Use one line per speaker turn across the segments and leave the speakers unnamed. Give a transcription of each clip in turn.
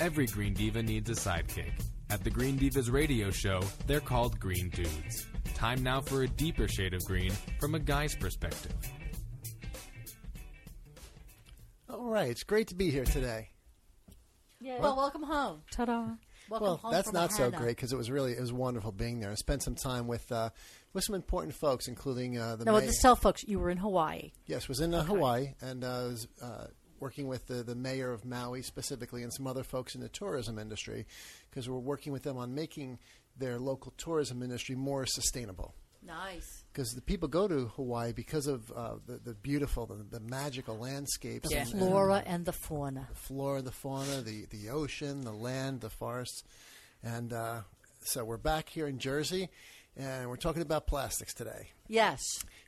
Every Green Diva needs a sidekick. At the Green Divas radio show, they're called Green Dudes. Time now for a deeper shade of green from a guy's perspective.
All right, it's great to be here today.
Well, welcome home.
Ta-da.
Welcome
Well,
home.
that's
from
not so
Ohana.
great because it was really it was wonderful being there. I spent some time with uh, with some important folks, including uh, the
No,
ma-
well, just tell folks you were in Hawaii.
yes was in uh, Hawaii and uh, was uh, working with the, the mayor of Maui specifically and some other folks in the tourism industry because we're working with them on making their local tourism industry more sustainable.
Nice.
Because the people go to Hawaii because of uh, the, the beautiful, the, the magical landscapes,
The
and- and-
flora and the fauna.
flora, the fauna, the, the ocean, the land, the forests. And uh, so we're back here in Jersey and we're talking about plastics today.
Yes.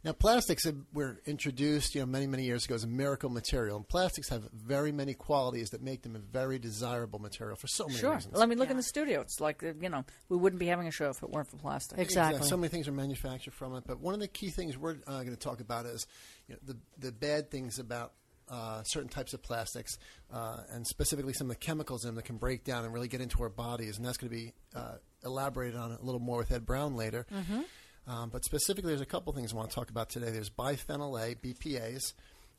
Now, plastics have- were introduced, you know, many, many years ago as a miracle material. And plastics have very many qualities that make them a very desirable material for so many
Sure.
reasons.
Let me look in the studio. It's like, uh, you know, we wouldn't be having a show if it weren't for plastic.
Exactly.
uh, So many things are manufactured from it. But one of the key things we're uh, going to talk about is you know, the the bad things about uh, certain types of plastics, uh, and specifically some of the chemicals in them that can break down and really get into our bodies. And that's going to be uh, elaborated on a little more with Ed Brown later. Um, but specifically, there's a couple things I want to talk about today. There's biphenyl A, BPAs,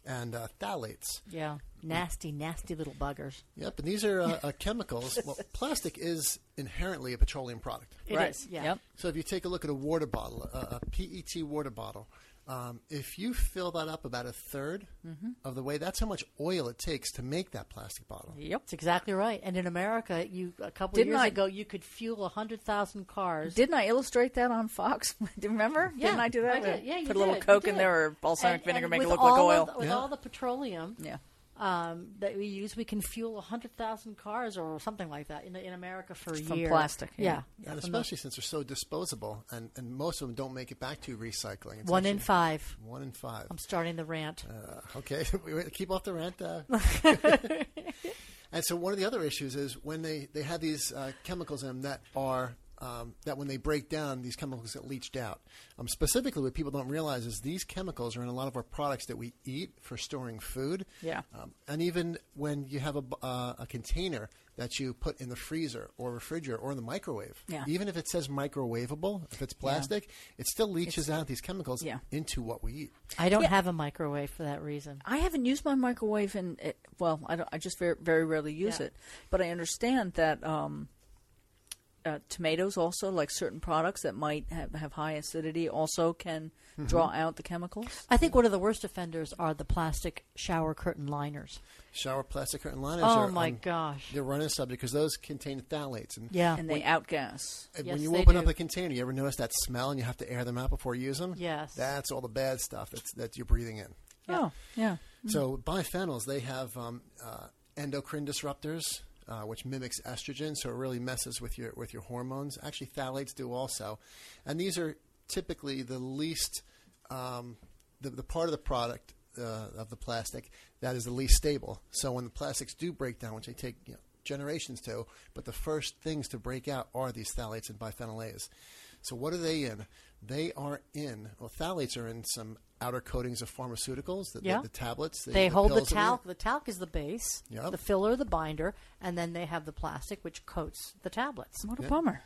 and uh, phthalates.
Yeah. Nasty, nasty little buggers.
Yep, and these are uh, uh, chemicals. Well, plastic is inherently a petroleum product.
It is.
right.
Yeah.
Yep.
So if you take a look at a water bottle, a, a PET water bottle, um, if you fill that up about a 3rd
Mm-hmm.
of the way, that's how much oil it takes to make that plastic bottle.
Yep.
That's exactly right. And in America, you a couple
Didn't
years
I-
ago, you could fuel hundred thousand cars.
Didn't I illustrate that on Fox? Do you remember?
yeah,
Didn't I do that?
did. Yeah, you
Put a little
did. You
Coke in
did.
there or balsamic
And-
vinegar,
and
make it
with
look like
all
oil.
of the- with
Yeah.
all the petroleum
yeah.
um, that we use, we can fuel hundred thousand cars or something like that in, in America for a
from
year.
plastic, yeah.
Yeah.
and
from the-
especially since they're so disposable, and, and most of them don't make it back to recycling. It's
one in
actually-
five.
One in five.
I'm starting the rant.
Uh, okay, we we- keep off the rent. Uh. and so one of the other issues is when they, they have these uh, chemicals in them that are um, that when they break down, these chemicals get leached out. Um, specifically, what people don't realize is these chemicals are in a lot of our products that we eat for storing food.
Yeah.
Um, and even when you have a, b- uh, a container that you put in the freezer or refrigerator or in the microwave,
Yeah.
even if it says microwavable, if it's plastic, it still leaches out these chemicals
Yeah.
into what we eat.
I don't have a microwave for that reason.
I haven't used my microwave in it, well, I don't. I just very, very rarely use
Yeah.
it, but I understand that um, uh, tomatoes also, like certain products that might have, have high acidity, also can draw out the chemicals.
I think one of the worst offenders are the plastic shower curtain liners.
shower plastic curtain liners.
Oh,
are,
my
um,
gosh.
They're running subject because those contain phthalates, and
Yeah.
and they outgas.
and
Yes,
when you
they
open
do.
up a container, you ever notice that smell, and you have to air them out before you use them.
Yes.
that's all the bad stuff that's that you're breathing in.
Oh, yeah.
So biphenyls, they have um, uh, endocrine disruptors, uh, which mimics estrogen, so it really messes with your with your hormones. Actually, phthalates do also, and these are typically the least um, the, the part of the product uh, of the plastic that is the least stable. So when the plastics do break down, which they take you know, generations to, but the first things to break out are these phthalates and biphenyl A's. So what are they in? They are in. Well, phthalates are in some outer coatings of pharmaceuticals, the, the-
Yeah.
the tablets.
they hold the
pills that we-
talc. The talc is the base,
Yep.
the filler, the binder, and then they have the plastic which coats the tablets.
What a bummer.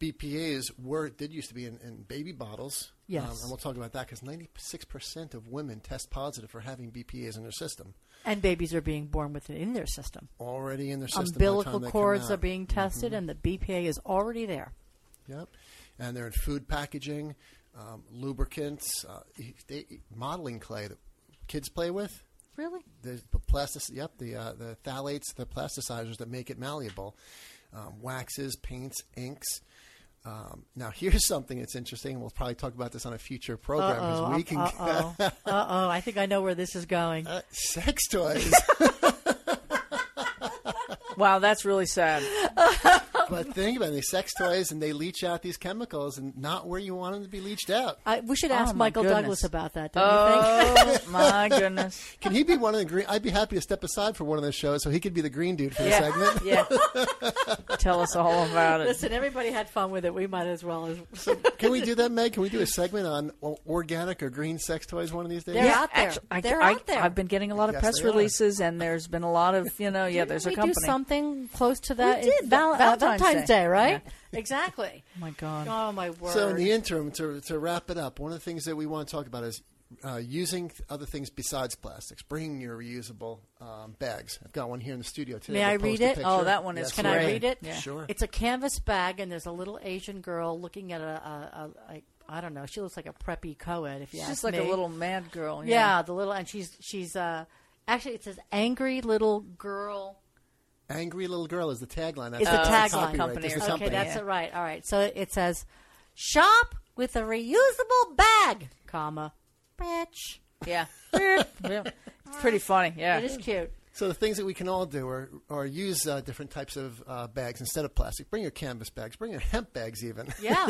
BPAs were did used to be in, in baby bottles. Um,
Yes.
and we'll talk about that because ninety six percent of women test positive for having BPAs in their system
And babies are being born with it in their system.
already in their system. by the
Umbilical
time they come
cords
out. Mm-hmm.
are being tested, and the BPA is already there.
Yep, and they're in food packaging, um, lubricants, uh, they, modeling clay that kids play with.
Really?
the p- plastic. Yep, the uh, the phthalates, the plasticizers that make it malleable, um, waxes, paints, inks. Um, now here's something that's interesting. We'll probably talk about this on a future program because we can
Uh oh. Uh oh. I think I know where this is going.
uh, sex toys.
Wow, that's really sad.
But think about it, they sex toys and they leach out these chemicals and not where you want them to be leached out.
I, we should
Oh,
ask
my
Michael
goodness.
Douglas about that. Don't you think?
Oh my goodness!
Can he be one of the green? I'd be happy to step aside for one of those shows so he could be the green dude for the
Yeah,
segment.
yeah. Tell us all about it.
Listen, everybody had fun with it. We might as well. As,
Can we do that, Meg? Can we do a segment on o- organic or green sex toys one of these days?
They're out there.
actu- I,
They're
I,
out there.
I've been getting a lot of
Yes,
press
they are.
releases, and there's been a lot of you know. Yeah, there's a
we
company.
do something close to that.
We
in
did,
Val- uh,
Valentine's
Valentine's
Day.
Day, right? Exactly.
oh my God!
Oh my word!
So, in the interim, to, to wrap it up, one of the things that we want to talk about is uh, using th- other things besides plastics. Bringing your reusable um, bags. I've got one here in the studio today.
May
We'll
I
post
read
a
it?
picture.
Oh, that one is
Yes,
Can
great.
I read it?
Yeah.
Sure.
It's a canvas bag, and there's a little Asian girl looking at a, a, a, a I don't know. She looks like a preppy co-ed, if you
She's
ask
just like a
me.
little mad girl.
yeah. the little, and she's she's uh, actually it says angry little girl.
Angry little girl is the tagline. That's
Is the
that's
tagline.
copyright.
Company
Just the
or
Okay,
something,
that's
yeah.
it, right. All right, so it says shop with a reusable bag, comma, bitch.
yeah, yeah. it's pretty funny. Yeah,
It is cute.
So the things that we can all do are, are use uh, different types of uh, bags instead of plastic. Bring your canvas bags. Bring your hemp bags even.
Yeah,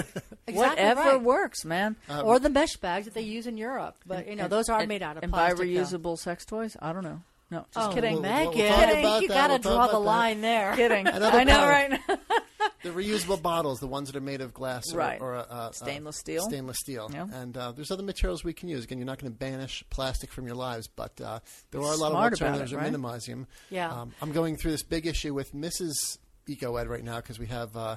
exactly
whatever
right.
works, man.
or the mesh bags that they use in Europe, but you know those are made out of
and
plastic.
buy
though.
reusable sex toys. I don't know. No, just
Oh,
kidding.
We'll- we'll
Megan,
talk about
you
that.
got to
We'll talk
draw the
about that.
line there.
kidding.
Another
I know,
product.
right?
the reusable bottles, the ones that are made of glass or,
Right.
or uh, uh,
Stainless steel.
Stainless steel.
Yeah.
And uh, there's other materials we can use. Again, you're not going to banish plastic from your lives, but uh, there are a lot
Smart
of
about
alternatives
it,
that
right?
minimize them.
Yeah.
Um, I'm going through this big issue with Mrs. EcoEd right now because we have. Uh,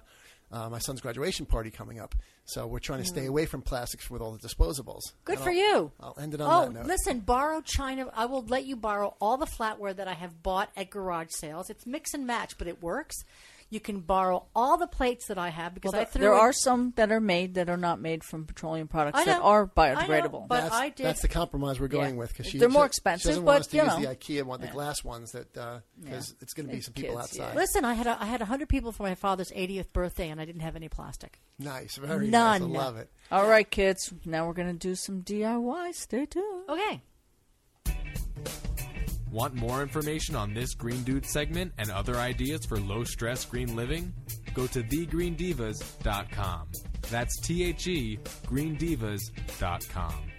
uh, my son's graduation party coming up, so we're trying to
Mm.
stay away from plastics with all the disposables.
Good
And
for
I'll-
you.
I'll end it on
oh,
that note.
listen, borrow China. I will let you borrow all the flatware that I have bought at garage sales. It's mix and match, but it works. You can borrow all the plates that I have because
Well,
I
there,
threw.
there
in-
are some that are made that are not made from petroleum products
I know.
that are
I know,
biodegradable.
but
that's,
I did.
that's the compromise we're going with because
They're more
She
expensive,
doesn't want
but,
us to
you
use
know.
the IKEA one, the glass ones that because it's going to be
It's
some people
kids, yeah.
outside.
listen, I had a, I had hundred people for my father's 80th birthday, and I didn't have any plastic.
Nice, very
None.
nice. I love it.
All right, kids. Now we're gonna do some DIY. Stay tuned.
Okay.
Want more information on this Green Dude segment and other ideas for low stress green living? Go to thegreendivas.com. That's T H E greendivas.com.